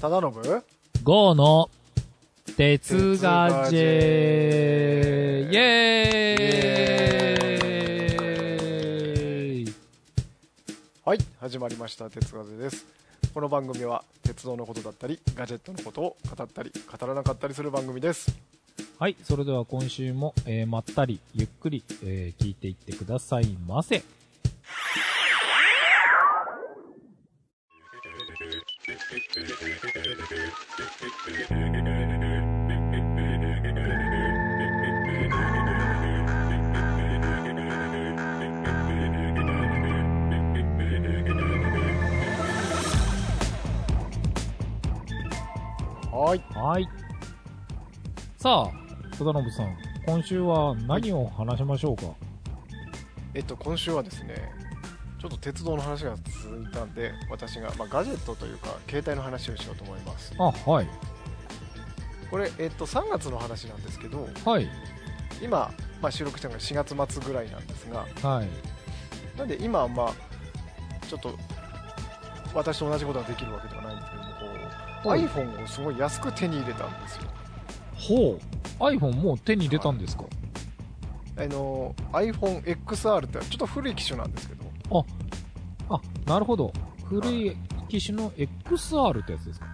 忠信 GO の哲ガ哲ガジジェェイエエーイはい、始まりました、鉄ガジェです。この番組は、鉄道のことだったり、ガジェットのことを語ったり、語らなかったりする番組です。はい、それでは今週も、えーまったり、ゆっくり、えー聞いていってくださいませ。はい、はい。さあ、忠信さん、今週は何を話しましょうか、えっと、今週はですね、ちょっと鉄道の話が続いたんで、私が、まあ、ガジェットというか、携帯の話をしようと思います。あ、はい。これ、えっと、3月の話なんですけど、はい。今、まあ、収録したのが4月末ぐらいなんですが、はい。なんで今はまあちょっと私と同じことができるわけではないんですけどはいもこう iPhone をすごい安く手に入れたんですよほう。iPhone もう手に入れたんですか、あの iPhoneXR ってちょっと古い機種なんですけどあ、なるほど。古い機種の XR ってやつですか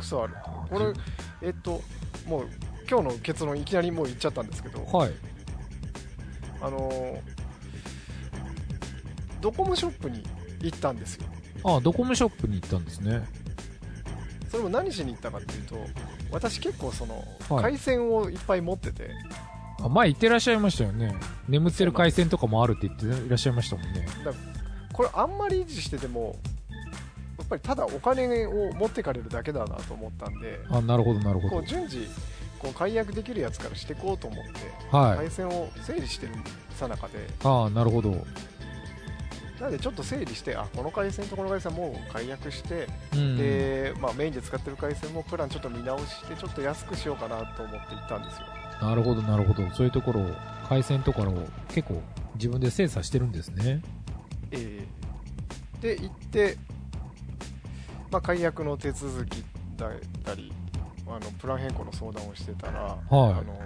XR こはれえっともう今日の結論いきなりもう言っちゃったんですけど、い。あのドコモショップに行ったんですよあ、ドコモショップに行ったんですね。それも何しに行ったかっていうと私結構そのはい回線をいっぱい持ってて、あ、前行ってらっしゃいましたよね。眠ってる回線とかもあるって言っていらっしゃいましたもんね。これあんまり維持しててもやっぱりただお金を持ってかれるだけだなと思ったんであ、なるほど、なるこほう順次こう解約できるやつからしていこうと思ってど。はい。回線を整理してるさなかであなるほど。なのでちょっと整理してあこの回線とこの回線はもう解約して、うん。でまあ、メインで使ってる回線もプランちょっと見直してちょっと安くしようかなと思って行ったんですよなるほど、なるほど。そういうところを、回線とかを結構自分で精査してるんですね。えーで行って、まあ、解約の手続きだったりあのプラン変更の相談をしてたら、あはの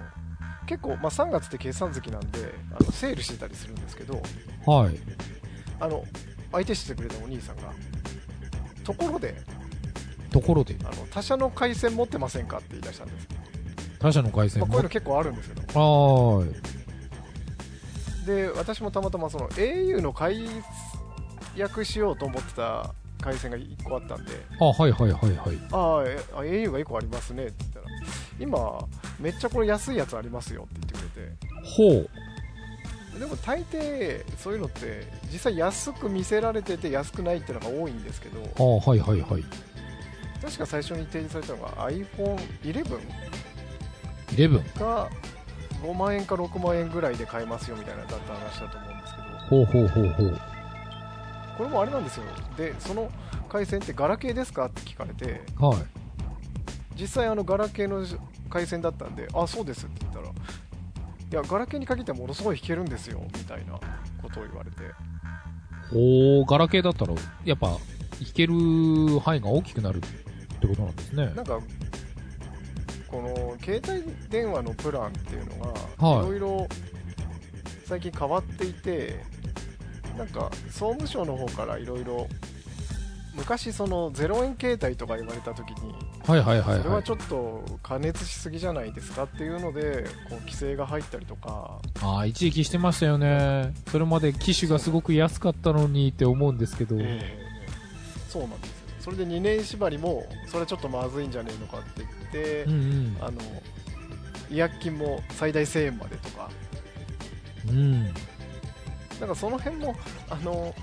結構、まあ、3月って計算月なんであのセールしてたりするんですけどい。はい。あの相手してくれたお兄さんがところでところで、あの他社の回線持ってませんかって言い出したんです、他社の回線まあ、こういうもの。結構あるんですけどはーい。で私もたまたまその au の解約しようと思ってた回線が1個あったんであ、はいはいはいはい。あーえあ au が1個ありますねって言ったら今めっちゃこれ安いやつありますよって言ってくれてほう。でも大抵そういうのって実際安く見せられてて安くないってのが多いんですけどあはいはいはい。確か最初に提示されたのが iPhone11 11。が5万円か6万円ぐらいで買えますよみたいなだった話だと思うんですけどほうほうほうほう。これもあれなんですよでその回線ってガラケーですかって聞かれてはい。実際あのガラケーの回線だったんであそうですって言ったらいやガラケーに限ってはものすごい弾けるんですよみたいなことを言われておー、ガラケーだったら、やっぱ、弾ける範囲が大きくなるってことなんですねな。んかこの携帯電話のプランっていうのはがいいろいろ最近変わっていて、なんか総務省の方からいろいろ昔その0円携帯とか言われた時にはいはいはいそれは。はいちょっと加熱しすぎじゃないですかっていうのでこう規制が入ったりとかああ、一時期してましたよね。それまで機種がすごく安かったのにって思うんですけど。ええそうなんですよそれで2年縛りもそれはちょっとまずいんじゃねえのかって言って、うんあの違約金も最大1000円までとかうん。うん。なんかその辺もあの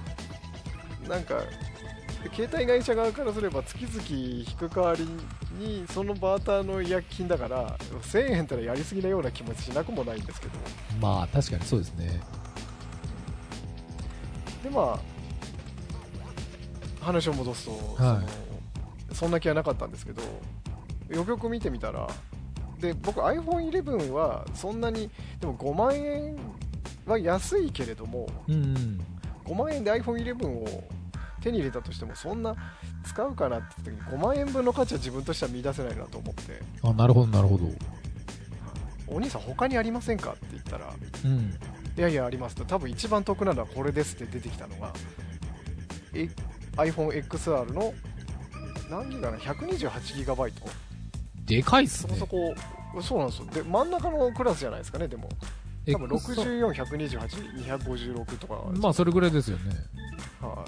なんか携帯会社側からすれば月々引く代わりにそのバーターの違約金だから1000円ったらやりすぎなような気持ちしなくもないんですけどまあ、確かにそうですね。でまあ話を戻すと、はいそのそんな気はなかったんですけどよくよく見てみたらで僕 iPhone11 はそんなにでも5万円は安いけれどもうんうん。 5万円で iPhone11 を手に入れたとしてもそんな使うかなって時に5万円分の価値は自分としては見出せないなと思ってあ、なるほど、なるほど。お兄さん他にありませんかって言ったらうん。いやいやありますと多分一番得なのはこれですって出てきたのがえ iPhoneXR の何ギガな 128GB でかいっすそねこ。そこそうなんですよで真ん中のクラスじゃないですかねでも多分 X 6412826とかなんですよまあ、それぐらいですよね。は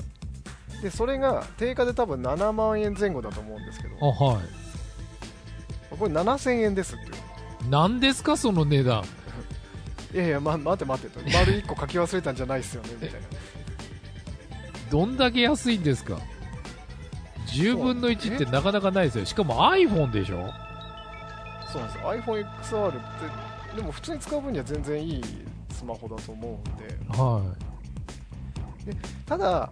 い、でそれが定価で多分7万円前後だと思うんですけどあ、はこれ7000円ですっていうい。なんですか、その値段。いやいや、ま、待って待ってと丸1個書き忘れたんじゃないっすよねみたいなどんだけ安いんですか。10分の1ってなかなかないですよ。しかも iPhone でしょそうなんですよ iPhoneXR ってでも普通に使う分には全然いいスマホだと思うんではただ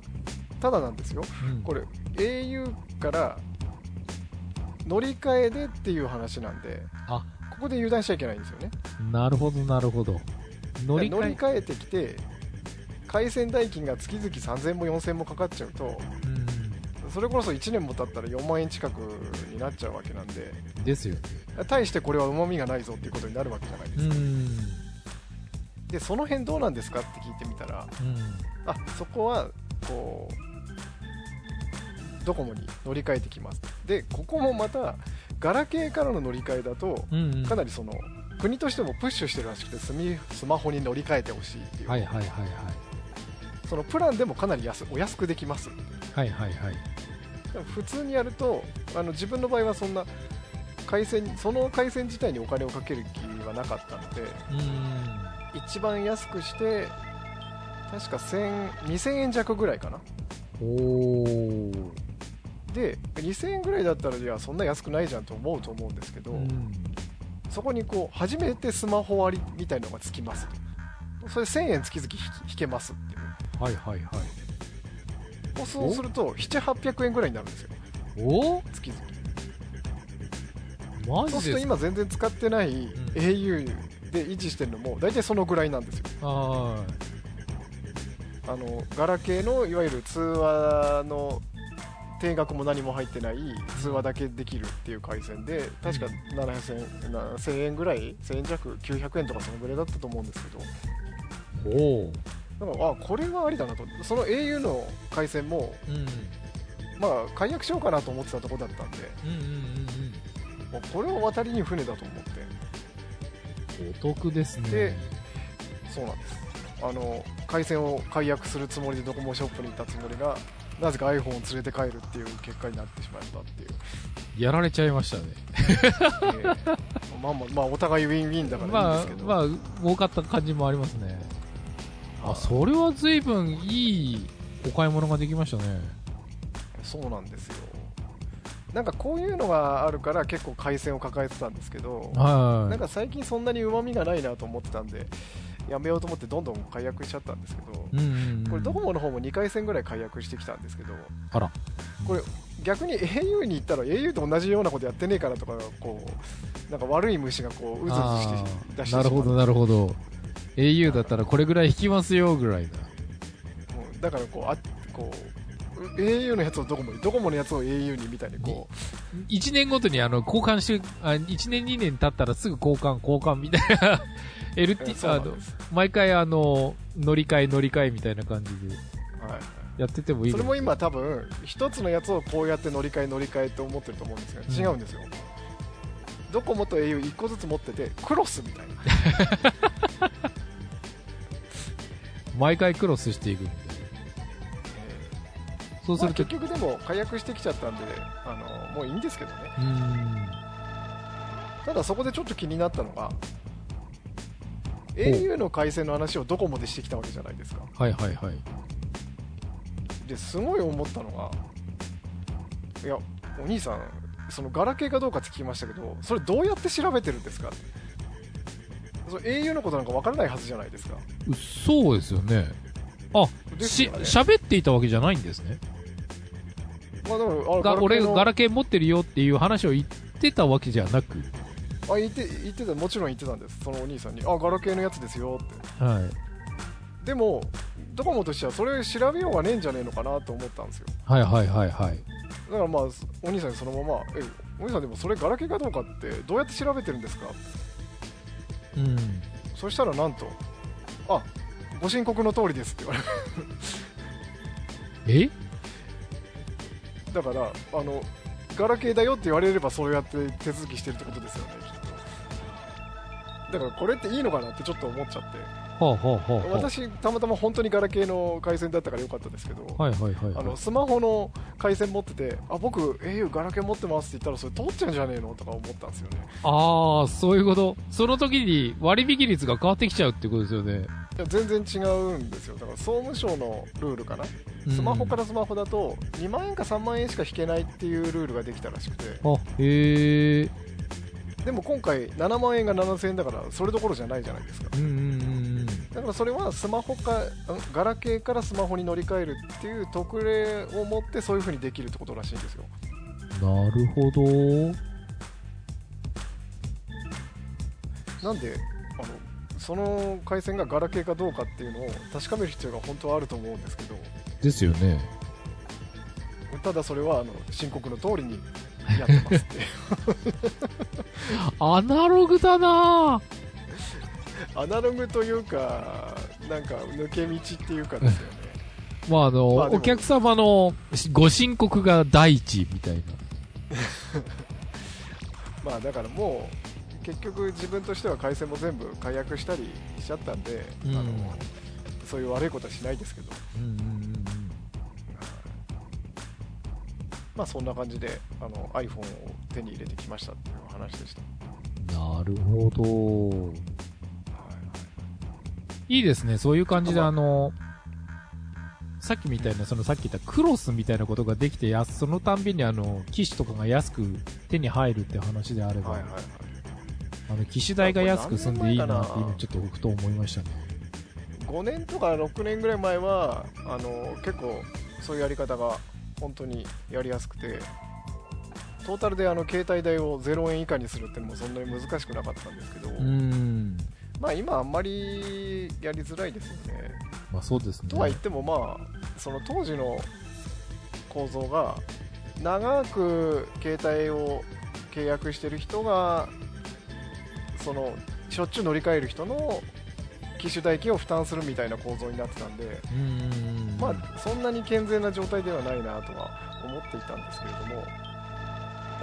ただなんですよい。うんこれ au から乗り換えでっていう話なんであここで油断しちゃいけないんですよねなるほど、なるほど。乗り乗り換換えてきて回線代金が月々3000も4000もかかっちゃうとえ。うそれこそ1年も経ったら4万円近くになっちゃうわけなんでん。ですよ。対してこれはうまみがないぞっていうことになるわけじゃないですうか、ん。でその辺どうなんですかって聞いてみたらうん。あそこはこうドコモに乗り換えてきますでここもまたガラケーからの乗り換えだとうんうんかなりその国としてもプッシュしてるらしくてスミスマホに乗り換えてほしいっていう、はいはいはいはそのプランでもかなり安お安くできますい。はいはいはい。でも普通にやるとあの自分の場合はそんな回線その回線自体にお金をかける気はなかったのでうん。一番安くして確か1000 2000円弱ぐらいかなおー。で2000円ぐらいだったらいやそんな安くないじゃんと思うと思うんですけど、うん。そこにこう初めてスマホ割りみたいのがつきますとそれ1000円月々引き引けますっていうはいはいはい。もうそうすると7800円ぐらいになるんですよお月々マそうするジでとす今全然使ってない au で維持してるのも大体そのぐらいなんですよかはあのガラケーのいわゆる通話の定額も何も入ってない通話だけできるっていう回線で確か7000円な1000円ぐらい1000円弱900円とかそのぐらいだったと思うんですけーい。おー。どだからあこれはありだなとその au の回線もうん。うんまあ解約しようかなと思ってたとこだったんでうんもうこれを渡りに船だと思ってうんうん。お得ですね。でそうなんですあの回線を解約するつもりでドコモショップに行ったつもりがなぜか iPhone を連れて帰るっていう結果になってしまったっていうやられちゃいましたね。ええまあまあ、まあ、お互いウィンウィンだからいいんでますけど、あ、まあ、儲かった感じもありますね。はあ、いそれは随分いいお買い物ができましたね。そうなんですよなんかこういうのがあるから結構回線を抱えてたんですけど、はい。なんか最近そんなにうまみがないなと思ってたんでやめようと思ってどんどん解約しちゃったんですけど、うんうんうんこれドコモの方も2回戦ぐらい解約してきたんですけどあらこれ逆に au に行ったら au と同じようなことやってねえからとかこうなんか悪い虫がこううずうずして出してしまうなるほどなるほど au だったらこれぐらい引きますよぐらいなうんだからこうあこうう au のやつをドコモにドコモのやつを au にみたいにこ1年ごとにあの交換してあ1年2年経ったらすぐ交換交換みたい なう、うん LT そうあなんのです毎回あの乗り換え乗り換えみたいな感じではいやっててもいいそかれも今多分一つのやつをこうやって乗り換え乗り換えって思ってると思うんですが違うんですよ、ドコモと au 一個ずつ持っててクロスみたいな毎回クロスしていくみたいなそうすまあると、結局でも解約してきちゃったんであのもういいんですけどねただそこでちょっと気になったのが au の回線の話をドコモでしてきたわけじゃないですかうんはいはいはいですごい思ったのがいやお兄さんそのガラケーかどうかって聞きましたけどそれどうやって調べてるんですかそれ au のことなんか分からないはずじゃないですかうそうですよねあですしよね喋っていたわけじゃないんですねまあでもあれが俺ケーのガラケー持ってるよっていう話を言ってたわけじゃなくあ言って言ってたもちろん言ってたんですそのお兄さんにあガラケーのやつですよってはいでもドコモとしてはそれ調べようがねえんじゃねえのかなと思ったんですよはいはいはいはい。だからまあお兄さんにそのまま「えお兄さんでもそれガラケーかどうかってどうやって調べてるんですか?うん」そしたらなんと「あご申告の通りです」って言われえる だからあのガラケーだよって言われればそうやって手続きしてるってことですよねきっとだからこれっていいのかなってちょっと思っちゃってほうほうほうほう私たまたま本当にガラケーの回線だったからよかったですけど、はいはいはいあはいのスマホの回線持ってて「あ僕 au ガラケー持ってます」って言ったらそれ通っちゃうんじゃねえのとか思ったんですよねああそういうことその時に割引率が変わってきちゃうってことですよいねや全然違うんですよだから総務省のルールかなうんスマホからスマホだと2万円か3万円しか引けないっていうルールができたらしくてあへえでも今回7万円が7000円だからそれどころじゃないじゃないですかうんうんうんうんだからそれはスマホかんガラケーからスマホに乗り換えるっていう特例を持ってそういう風にできるってことらしいんですよなるほどなんであのその回線がガラケーかどうかっていうのを確かめる必要が本当はあると思うんですけどですよねただそれはあの申告の通りにやってますって アナログだなアナログというかなんか抜け道っていうかですよねまああの、まあでもお客様のご申告が第一みたいなまあだからもう結局自分としては回線も全部解約したりしちゃったんで、うあんのそういう悪いことはしないですけどうんうんうんうんまあそんな感じであの iPhone を手に入れてきましたっていうお話でした、なるほどいいですねそういう感じであのさっきみたいなそのさっき言ったクロスみたいなことができてやすそのたんびにあの機種とかが安く手に入るって話であれば、はいはいはいあの機種代が安く済んでいいなって今ちょっとふと思いましたね5年とか6年ぐらい前はあの結構そういうやり方が本当にやりやすくてトータルであの携帯代を0円以下にするってのもそんなに難しくなかったんですけど、うんまあ今あんまりやりづらいですよねまあそうですねとは言ってもまあその当時の構造が長く携帯を契約してる人がそのしょっちゅう乗り換える人の機種代金を負担するみたいな構造になってたんで、うんまあ、そんなに健全な状態ではないなとは思っていたんですけれどもだ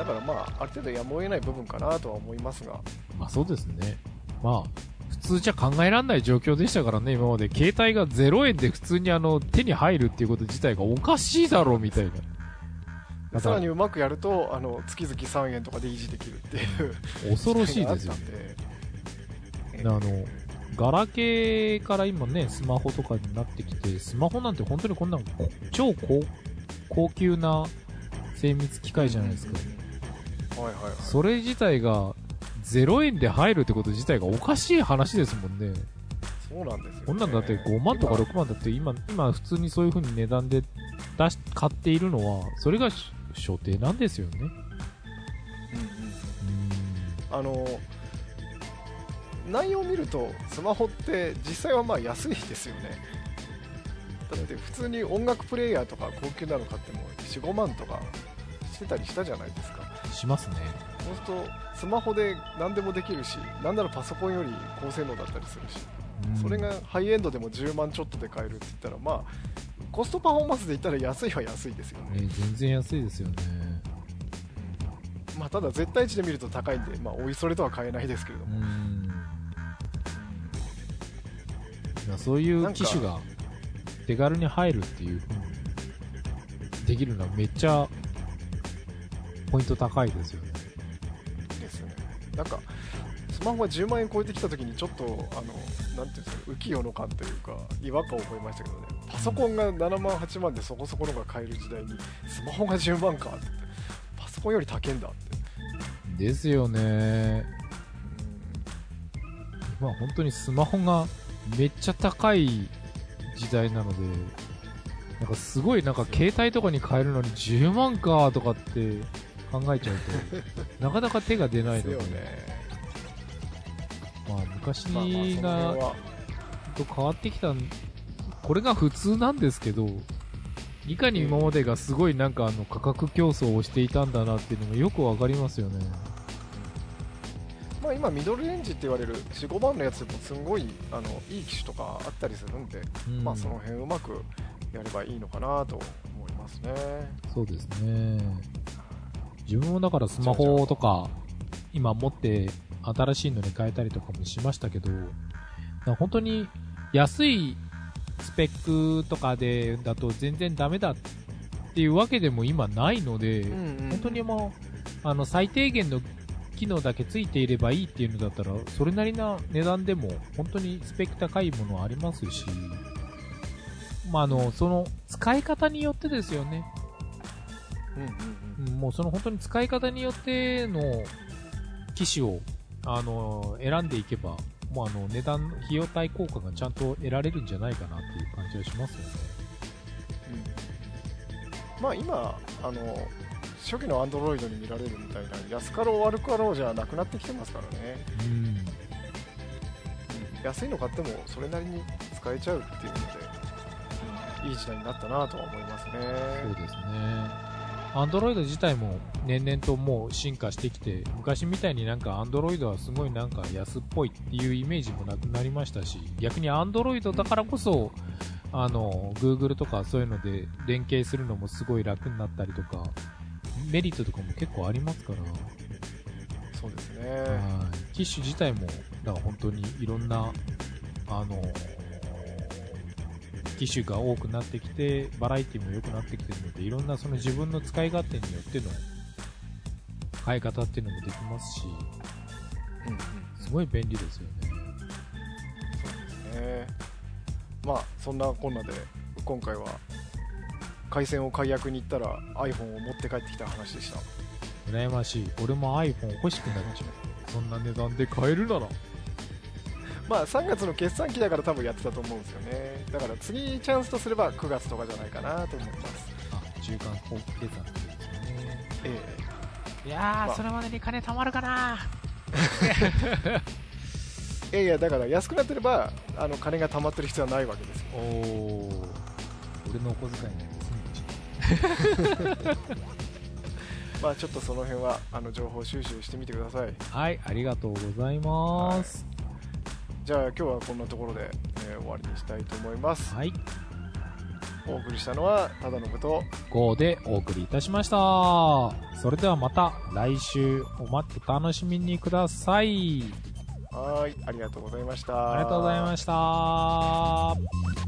からまあある程度やむを得ない部分かなとは思いますがまあそうですね。まあ、普通じゃ考えられない状況でしたからね、今まで。携帯が0円で普通にあの、手に入るっていうこと自体がおかしいだろうみたいな。またさらにうまくやるとあの月々3円とかで維持できるっていう恐ろしいです 時代よがあったんね。であの、ガラケーから今ね、スマホとかになってきて、スマホなんて本当にこんなこ超高高級な精密機械じゃないですか。はいはいはいそれ自体が0円で入るってこと自体がおかしい話ですもんね。そうなんですよ、ね、こんなんだって5万とか6万だって今、今普通にそういう風に値段で出し、買っているのは、それがし所定なんですよね。今うんうんあの内容を見るとスマホって実際はまあ安いですよねだって普通に音楽プレイヤーとか高級なの買っても45万とかしてたりしたじゃないですかしますね。そうするとスマホで何でもできるし何ならパソコンより高性能だったりするしうんそれがハイエンドでも10万ちょっとで買えるって言ったらまあコストパフォーマンスで言ったら安いは安いですよねね、全然安いですよね。まあただ絶対値で見ると高いんでまあおいそれとは買えないですけれどうもん。いやそういう機種が手軽に入るっていう風にできるのはめっちゃポイント高いですよね。ですよねなんかスマホが10万円超えてきた時にちょっとあのなんていうんですか浮世の感というか違和感を覚えましたけどねパソコンが7万8万でそこそこのが買える時代にスマホが10万かってパソコンより高いんだってですよね。まあ本当にスマホがめっちゃ高い時代なので、なんかすごいなんか携帯とかに変えるのに10万かとかって考えちゃう と、なかなか手が出なでいすのよで、ねまあ昔まあまあその辺がはと変わってきたん、これが普通なんですけど、いかに今までがすごいなんかあの価格競争をしていたんだなっていうのがよくわかりますよね。まあ、今ミドルレンジって言われる45番のやつもすんごいあのいい機種とかあったりするんで、うんまあその辺うまくやればいいのかなと思いますねそうですね。自分もだからスマホとか、今持って新しいのに変えたりとかもしましたけど、なんか本当に安いスペックとかでだと全然ダメだっていうわけでも今ないので、本本当にもう、あの、最低限の機能だけついていればいいっていうのだったら、それなりな値段でも、本当にスペック高いものはありますし、まあ、あの、その、使い方によってですよね。うんうんうんもうその本当に使い方によっての機種を、あの、選んでいけば、もうあの、値段、費用対効果がちゃんと得られるんじゃないかなっていう感じはしますよね。うんまあ今あの初期のアンドロイドに見られるみたいな安かろう悪かろうじゃなくなってきてますからね、うん。安いの買ってもそれなりに使えちゃうっていうのでいい時代になったなとは思いますねそうですね。アンドロイド自体も年々ともう進化してきて、昔みたいになんかアンドロイドはすごいなんか安っぽいっていうイメージもなくなりましたし、逆にアンドロイドだからこそ、あの、Google とかそういうので連携するのもすごい楽になったりとか、メリットとかも結構ありますから、そうですね、はい機種自体も、だから本当にいろんな、あの、機種が多くなってきて、バラエティも良くなってきてるので、いろんなその自分の使い勝手によっての買い方っていうのもできますし、うんうんすごい便利ですよね。そうですねまあそんなこんなで今回は回線を解約に行ったら iPhone を持って帰ってきた話でした羨ましい。俺も iPhone 欲しくなっちゃう。そんな値段で買えるなら。まあ3月の決算期だから多分やってたと思うんですよねだから次チャンスとすれば9月とかじゃないかなと思いますあ、中間後期計算ってことですよね。えいやーそれまでに金貯まるかなえいやいやだから安くなってればあの金が貯まってる必要はないわけですよおお俺のお小遣いなんですねまあちょっとその辺はあの情報収集してみてくださいはいありがとうございますじゃあ今日はこんなところで、えー終わりにしたいと思います、はい、お送りしたのはただのことこうでお送りいたしましたそれではまた来週お待って楽しみにくださいはーいありがとうございましたありがとうございました